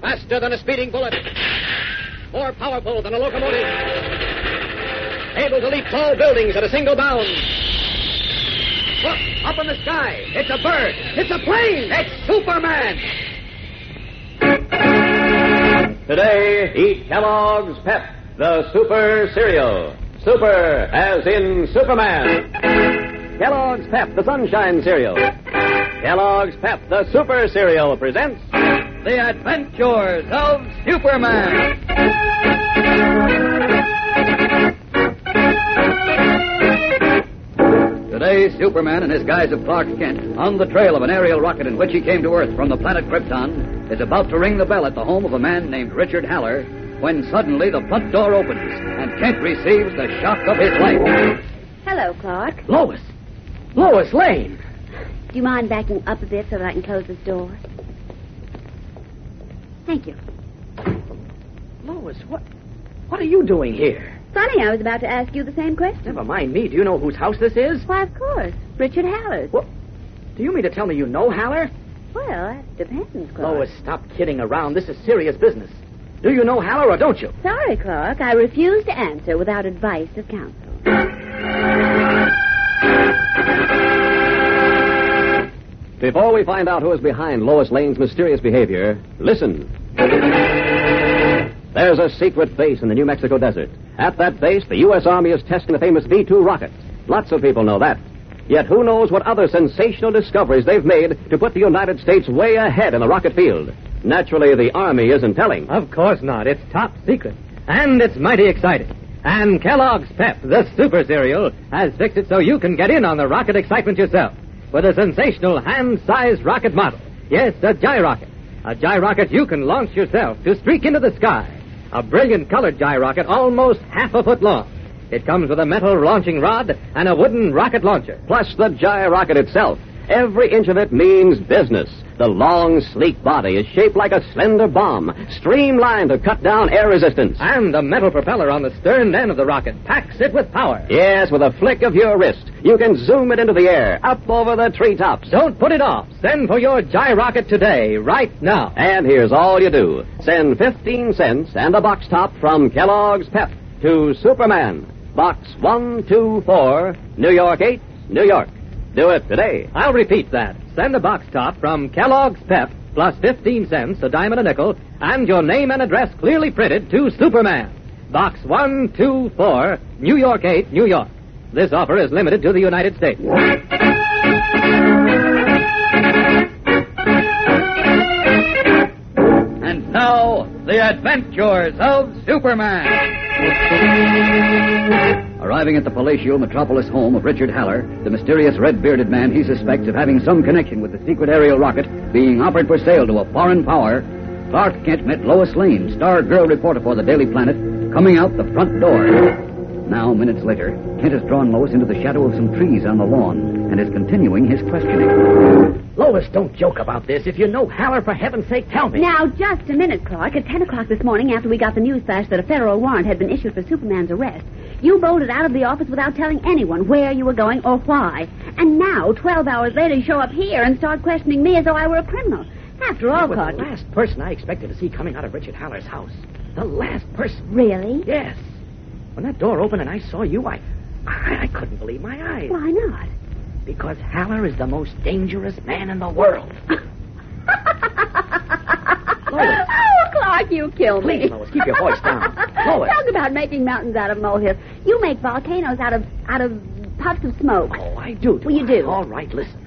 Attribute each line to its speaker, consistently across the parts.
Speaker 1: Faster than a speeding bullet. More powerful than a locomotive. Able to leap tall buildings at a single bound. Look, up in the sky. It's a bird. It's a plane. It's Superman.
Speaker 2: Today, eat Kellogg's Pep, the super cereal. Super, as in Superman. Kellogg's Pep, the sunshine cereal. Kellogg's Pep, the super cereal, presents
Speaker 1: The Adventures of Superman. Today, Superman, in his guise of Clark Kent, on the trail of an aerial rocket in which he came to Earth from the planet Krypton, is about to ring the bell at the home of a man named Richard Haller when suddenly the front door opens and Kent receives the shock of his life.
Speaker 3: Hello, Clark.
Speaker 1: Lois! Lois Lane!
Speaker 3: Do you mind backing up a bit so that I can close this door? Thank you.
Speaker 1: Lois, what what are you doing here?
Speaker 3: Funny, I was about to ask you the same question.
Speaker 1: Never mind me. Do you know whose house this is?
Speaker 3: Why, of course. Richard Haller's.
Speaker 1: What? Do you mean to tell me you know Haller?
Speaker 3: Well, that depends, Clark.
Speaker 1: Lois, stop kidding around. This is serious business. Do you know Haller or don't you?
Speaker 3: Sorry, Clark. I refuse to answer without advice of counsel.
Speaker 2: Before we find out who is behind Lois Lane's mysterious behavior, listen. There's a secret base in the New Mexico desert. At that base, the U.S. Army is testing the famous V 2 rocket. Lots of people know that. Yet who knows what other sensational discoveries they've made to put the United States way ahead in the rocket field? Naturally, the Army isn't telling.
Speaker 4: Of course not. It's top secret. And it's mighty exciting. And Kellogg's Pep, the super cereal, has fixed it so you can get in on the rocket excitement yourself with a sensational hand-sized rocket model. Yes, a gyrocket. A gyrocket you can launch yourself to streak into the sky. A brilliant colored gyrocket almost half a foot long. It comes with a metal launching rod and a wooden rocket launcher.
Speaker 2: Plus the gyrocket itself. Every inch of it means business. The long, sleek body is shaped like a slender bomb, streamlined to cut down air resistance.
Speaker 4: And the metal propeller on the stern end of the rocket packs it with power.
Speaker 2: Yes, with a flick of your wrist, you can zoom it into the air, up over the treetops.
Speaker 4: Don't put it off. Send for your gyrocket today, right now.
Speaker 2: And here's all you do send 15 cents and a box top from Kellogg's Pep to Superman, Box 124, New York 8, New York. Do it today.
Speaker 4: I'll repeat that. Send a box top from Kellogg's Pep plus 15 cents, a dime and a nickel, and your name and address clearly printed to Superman. Box 124, New York 8, New York. This offer is limited to the United States.
Speaker 1: And now, the adventures of Superman. Arriving at the palatial metropolis home of Richard Haller, the mysterious red bearded man he suspects of having some connection with the secret aerial rocket being offered for sale to a foreign power, Clark Kent met Lois Lane, star girl reporter for the Daily Planet, coming out the front door. Now, minutes later, Kent has drawn Lois into the shadow of some trees on the lawn and is continuing his questioning.
Speaker 2: Lois, don't joke about this. If you know Haller, for heaven's sake, tell me.
Speaker 3: Now, just a minute, Clark. At 10 o'clock this morning, after we got the news flash that a federal warrant had been issued for Superman's arrest, you bolted out of the office without telling anyone where you were going or why. And now, 12 hours later, you show up here and start questioning me as though I were a criminal. After all,
Speaker 2: You were
Speaker 3: Clark.
Speaker 2: the last person I expected to see coming out of Richard Haller's house. The last person.
Speaker 3: Really?
Speaker 2: Yes. When that door opened and I saw you, I, I, I couldn't believe my eyes.
Speaker 3: Why not?
Speaker 2: Because Haller is the most dangerous man in the world. Lois.
Speaker 3: Oh, Clark, you killed me.
Speaker 2: Please, Lois, keep your voice down. Lois.
Speaker 3: Talk about making mountains out of molehills. You make volcanoes out of out of puffs of smoke.
Speaker 2: Oh, I do. do
Speaker 3: Well, you
Speaker 2: I?
Speaker 3: do.
Speaker 2: All right, listen.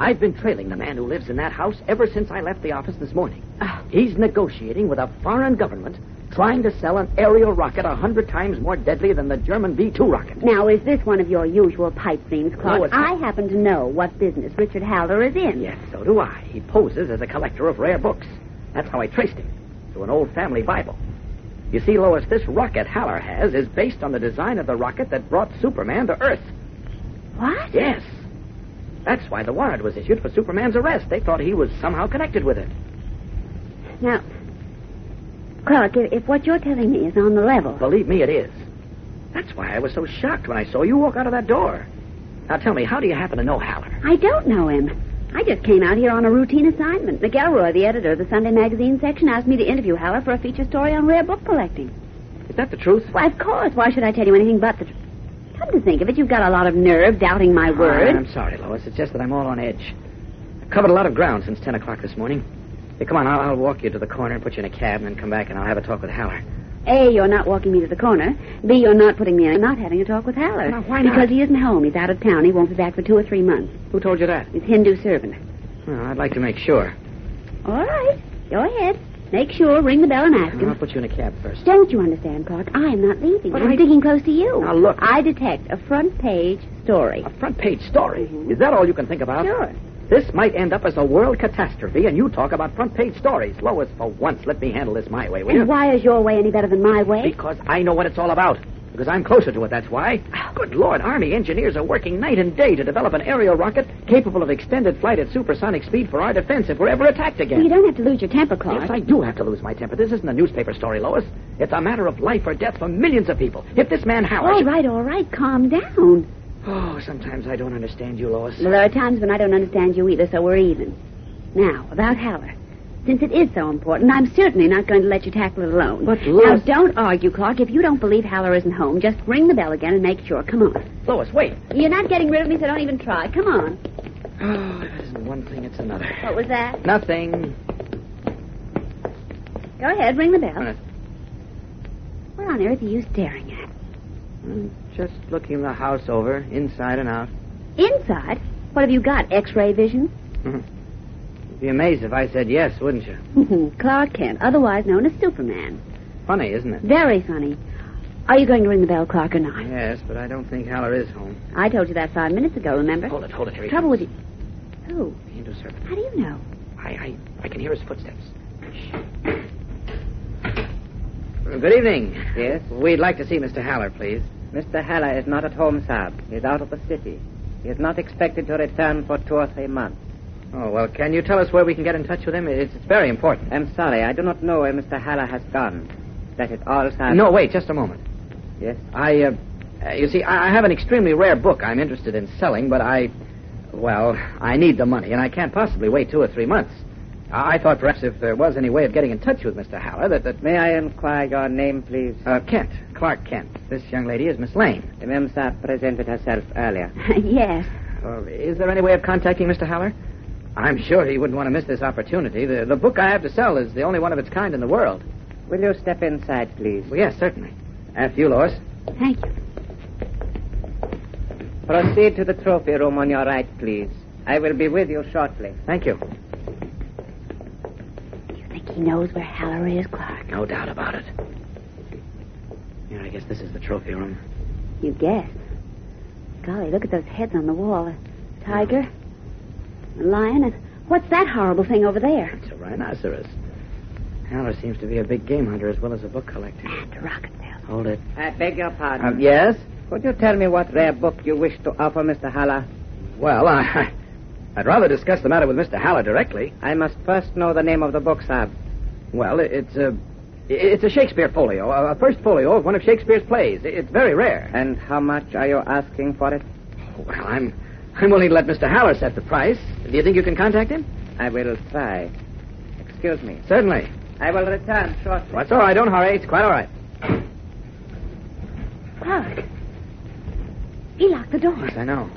Speaker 2: I've been trailing the man who lives in that house ever since I left the office this morning.
Speaker 3: Ah.
Speaker 2: He's negotiating with a foreign government trying to sell an aerial rocket a hundred times more deadly than the German B 2 rocket.
Speaker 3: Now, is this one of your usual pipe dreams, Clark?
Speaker 2: No, it's
Speaker 3: I
Speaker 2: not.
Speaker 3: happen to know what business Richard Haller is in.
Speaker 2: Yes, so do I. He poses as a collector of rare books. That's how I traced him to an old family Bible. You see, Lois, this rocket Haller has is based on the design of the rocket that brought Superman to Earth.
Speaker 3: What?
Speaker 2: Yes. That's why the warrant was issued for Superman's arrest. They thought he was somehow connected with it.
Speaker 3: Now, Clark, if, if what you're telling me is on the level,
Speaker 2: Believe me, it is. That's why I was so shocked when I saw you walk out of that door. Now tell me, how do you happen to know Haller?
Speaker 3: I don't know him. I just came out here on a routine assignment. McElroy, the editor of the Sunday magazine section, asked me to interview Haller for a feature story on rare book collecting.
Speaker 2: Is that the truth?
Speaker 3: Why, of course. Why should I tell you anything but the truth? Come to think of it, you've got a lot of nerve doubting my word.
Speaker 2: I'm sorry, Lois. It's just that I'm all on edge. I've covered a lot of ground since 10 o'clock this morning. Hey, come on, I'll, I'll walk you to the corner and put you in a cab and then come back and I'll have a talk with Haller.
Speaker 3: A, you're not walking me to the corner. B, you're not putting me in, not having a talk with Haller.
Speaker 2: Now, why not?
Speaker 3: Because he isn't home. He's out of town. He won't be back for two or three months.
Speaker 2: Who told you that?
Speaker 3: His Hindu servant.
Speaker 2: Well, I'd like to make sure.
Speaker 3: All right. Go ahead. Make sure. Ring the bell and ask
Speaker 2: I'll
Speaker 3: him.
Speaker 2: put you in a cab first.
Speaker 3: Don't you understand, Clark? I am not leaving.
Speaker 2: But
Speaker 3: I'm
Speaker 2: Uh-huh. I-
Speaker 3: digging close to you.
Speaker 2: Now, look.
Speaker 3: I detect a front page story.
Speaker 2: A front page story? Is that all you can think about?
Speaker 3: Sure.
Speaker 2: This might end up as a world catastrophe, and you talk about front page stories. Lois, for once, let me handle this my way, will you?
Speaker 3: And why is your way any better than my way?
Speaker 2: Because I know what it's all about. Because I'm closer to it, that's why. Good Lord, Army engineers are working night and day to develop an aerial rocket capable of extended flight at supersonic speed for our defense if we're ever attacked
Speaker 3: Well, you
Speaker 2: again.
Speaker 3: don't have to lose your temper, Clark.
Speaker 2: Yes, I do have to lose my temper. This isn't a newspaper story, Lois. It's a matter of life or death for millions of people. If this man Howard.
Speaker 3: All right, all right. Calm down.
Speaker 2: Oh, sometimes I don't understand you, Lois.
Speaker 3: Well, there are times when I don't understand you either, so we're even. Now, about Haller. Since it is so important, I'm certainly not going to let you tackle it alone.
Speaker 2: But, Lois-
Speaker 3: Now, don't argue, Clark. If you don't believe Haller isn't home, just ring the bell again and make sure. Come on.
Speaker 2: Lois, wait.
Speaker 3: You're not getting rid of me, so don't even try. Come on.
Speaker 2: Oh, if it isn't one thing, it's another.
Speaker 3: What was that?
Speaker 2: Nothing.
Speaker 3: Go ahead, ring the bell.
Speaker 2: Uh,
Speaker 3: What on earth are you staring at?
Speaker 2: I'm Hmm, just looking the house over, inside and out.
Speaker 3: Inside? What have you got, x-ray vision?
Speaker 2: You'd be amazed if I said yes, wouldn't you?
Speaker 3: Clark Kent, otherwise known as Superman.
Speaker 2: Funny, isn't it?
Speaker 3: Very funny. Are you going to ring the bell, Clark, or not?
Speaker 2: Yes, but I don't think Haller is home.
Speaker 3: I told you that five minutes ago, remember?
Speaker 2: Hold it, hold it, Harry.
Speaker 3: Trouble with you. Who?
Speaker 2: Hindu servant.
Speaker 3: How do you know?
Speaker 2: I, I, I can hear his footsteps. Good evening. Yes? We'd like to see Mr. Haller, please.
Speaker 5: Mr. Haller is not at home, Saab. He is out of the city. He is not expected to return for two or three months.
Speaker 2: Oh, well, can you tell us where we can get in touch with him? It's, it's very important.
Speaker 5: I'm sorry, I do not know where Mr. Haller has gone. That is all, Saab.
Speaker 2: No, wait, just a moment.
Speaker 5: Yes?
Speaker 2: I, uh, uh, you see, I I have an extremely rare book I'm interested in selling, but I, well, I need the money, and I can't possibly wait two or three months. I, I thought perhaps if there was any way of getting in touch with Mr. Haller, that, that
Speaker 5: May I inquire your name, please?
Speaker 2: Uh, Kent, Clark Kent. This young lady is Miss Lane.
Speaker 5: The Mem Saab presented herself earlier.
Speaker 3: yes.
Speaker 2: Uh, is there any way of contacting Mr. Haller? I'm sure he wouldn't want to miss this opportunity. The, the book I have to sell is the only one of its kind in the world.
Speaker 5: Will you step inside, please?
Speaker 2: Well, yes, certainly. After you, Lois.
Speaker 3: Thank you.
Speaker 5: Proceed to the trophy room on your right, please. I will be with you shortly.
Speaker 2: Thank you.
Speaker 3: Do you think he knows where Haller is, Clark?
Speaker 2: No doubt about it. Yeah, I guess this is the trophy room.
Speaker 3: You guess. Golly, look at those heads on the wall. A tiger, a lion, and what's that horrible thing over there?
Speaker 2: It's a rhinoceros. Haller seems to be a big game hunter as well as a book collector.
Speaker 3: And a rocket salesman.
Speaker 6: Hold it.
Speaker 7: I beg your pardon.
Speaker 6: Um, yes?
Speaker 7: Could you tell me what rare book you wish to offer, Mr. Haller?
Speaker 6: Well, I, I'd rather discuss the matter with Mr. Haller directly.
Speaker 7: I must first know the name of the book, Saab.
Speaker 6: Well, it- it's a, it's a Shakespeare folio, a a first folio of one of Shakespeare's plays. It- It's very rare. Oh,
Speaker 7: And how much are you asking for it?
Speaker 6: Well, I'm, I'm willing to let Mr. Haller set the price. Do you think you can contact him?
Speaker 7: I will try. Excuse me.
Speaker 6: Certainly.
Speaker 7: I will return shortly.
Speaker 6: That's all right. Don't hurry. It's quite all right.
Speaker 3: Clark. He locked the door.
Speaker 6: I know.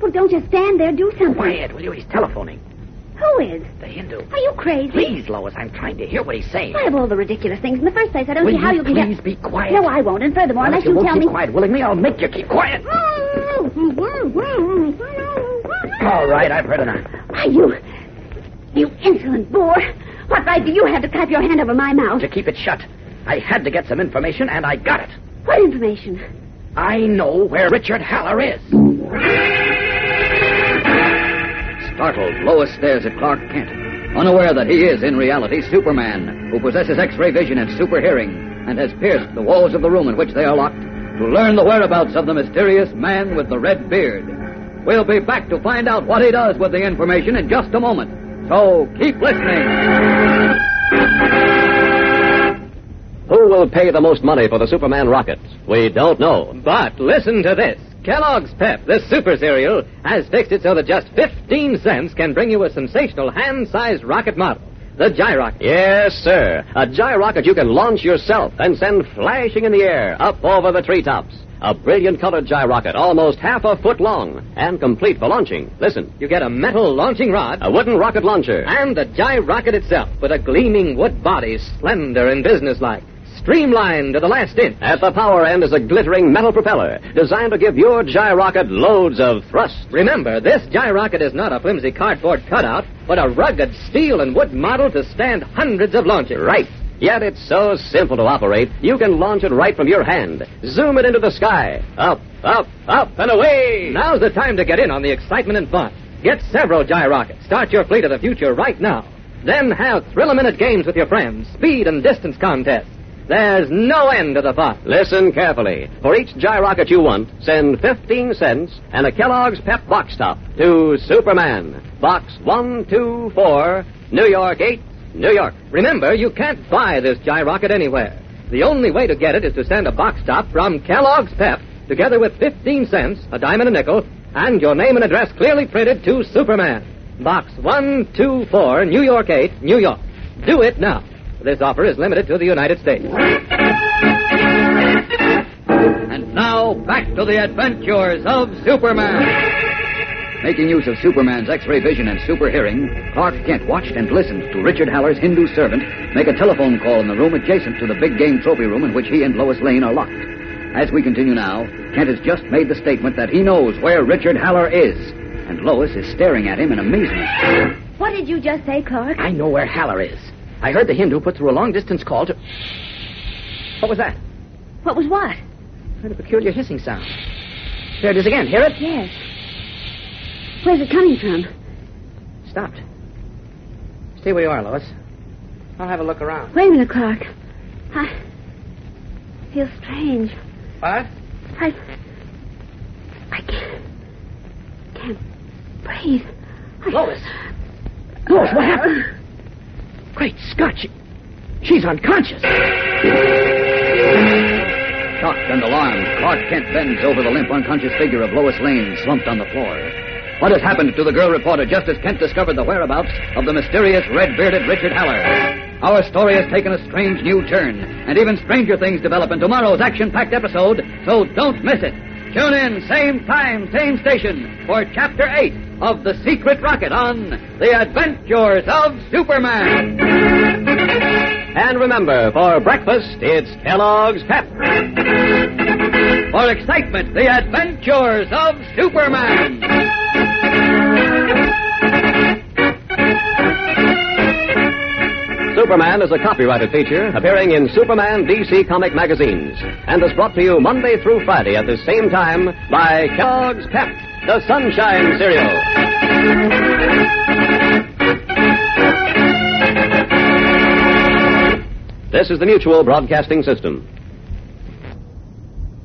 Speaker 3: Well, don't just stand there. Do something.
Speaker 6: Quiet, will you? He's telephoning.
Speaker 3: Who is?
Speaker 6: The Hindu.
Speaker 3: Are you crazy?
Speaker 6: Please, Lois, I'm trying to hear what he's saying.
Speaker 3: I have all the ridiculous things in the first place. I don't
Speaker 6: Will
Speaker 3: see how
Speaker 6: you
Speaker 3: you can
Speaker 6: please
Speaker 3: get...
Speaker 6: be quiet?
Speaker 3: No, I won't. And furthermore,
Speaker 6: Well,
Speaker 3: unless
Speaker 6: if you
Speaker 3: you
Speaker 6: won't
Speaker 3: tell
Speaker 6: keep
Speaker 3: me.
Speaker 6: quiet willingly, I'll make you keep quiet. All right, I've heard enough.
Speaker 3: Why, you. You insolent boor. What right do you have to clap your hand over my mouth?
Speaker 6: To keep it shut, I had to get some information, and I got it.
Speaker 3: What information?
Speaker 6: I know where Richard Haller is.
Speaker 2: Startled, Lois stares at Clark Kent, unaware that he is, in reality, Superman, who possesses X ray vision and super hearing, and has pierced the walls of the room in which they are locked to learn the whereabouts of the mysterious man with the red beard. We'll be back to find out what he does with the information in just a moment. So keep listening.
Speaker 8: Who will pay the most money for the Superman rocket? We don't know.
Speaker 9: But listen to this. Kellogg's Pep, this super cereal, has fixed it so that just 15 cents can bring you a sensational hand-sized rocket model, the Gyrocket.
Speaker 8: Yes, sir. A gyrocket you can launch yourself and send flashing in the air up over the treetops. A brilliant colored gyrocket, almost half a foot long and complete for launching. Listen,
Speaker 9: You get a metal launching rod
Speaker 8: a wooden rocket launcher.
Speaker 9: and the Gyrocket itself with a gleaming wood body, slender and businesslike, streamlined to the last inch.
Speaker 8: At the power end is a glittering metal propeller designed to give your gyrocket loads of thrust.
Speaker 9: Remember, this gyrocket is not a flimsy cardboard cutout, but a rugged steel and wood model to stand hundreds of launches.
Speaker 8: Right. Yet it's so simple to operate, you can launch it right from your hand. Zoom it into the sky. Up, up, up, and away!
Speaker 9: Now's the time to get in on the excitement and fun. Get several gyrockets. Start your fleet of the future right now. Then have thrill-a-minute games with your friends, speed and distance contests. There's no end to the fun.
Speaker 8: Listen carefully. For each gyrocket you want, send 15 cents and a Kellogg's Pep Box Top to Superman. Box 124, New York 8, New York.
Speaker 9: Remember, you can't buy this gyrocket anywhere. The only way to get it is to send a box top from Kellogg's Pep, together with 15 cents, a dime and a nickel, and your name and address clearly printed to Superman. Box 124, New York 8, New York. Do it now. This offer is limited to the United States.
Speaker 2: And now, back to the adventures of Superman. Making use of Superman's X ray vision and super hearing, Clark Kent watched and listened to Richard Haller's Hindu servant make a telephone call in the room adjacent to the big game trophy room in which he and Lois Lane are locked. As we continue now, Kent has just made the statement that he knows where Richard Haller is, and Lois is staring at him in amazement.
Speaker 3: What did you just say, Clark?
Speaker 6: I know where Haller is. I heard the Hindu put through a long-distance call to. What was that?
Speaker 3: What was what?
Speaker 6: Heard a peculiar hissing sound. There it is again. Hear it?
Speaker 3: Yes. Where's it coming from?
Speaker 6: Stopped. Stay where you are, Lois. I'll have a look around.
Speaker 3: Wait a minute, Clark. I feel strange.
Speaker 6: What?
Speaker 3: I. I can't. can't breathe. I,
Speaker 6: Lois. Lois, what happened? Great Scott, she, she's unconscious.
Speaker 2: Shocked and alarmed, Clark Kent bends over the limp, unconscious figure of Lois Lane slumped on the floor. What has happened to the girl reporter just as Kent discovered the whereabouts of the mysterious red bearded Richard Haller? Our story has taken a strange new turn, and even stranger things develop in tomorrow's action packed episode, so don't miss it. Tune in, same time, same station, for Chapter 8 of The Secret Rocket on The Adventures of Superman.
Speaker 8: And remember, for breakfast, it's Kellogg's Pep.
Speaker 2: For excitement, The Adventures of Superman.
Speaker 8: Superman is a copyrighted feature appearing in Superman DC comic magazines and is brought to you Monday through Friday at the same time by Kellogg's Pep, the Sunshine Cereal. This is the Mutual Broadcasting System.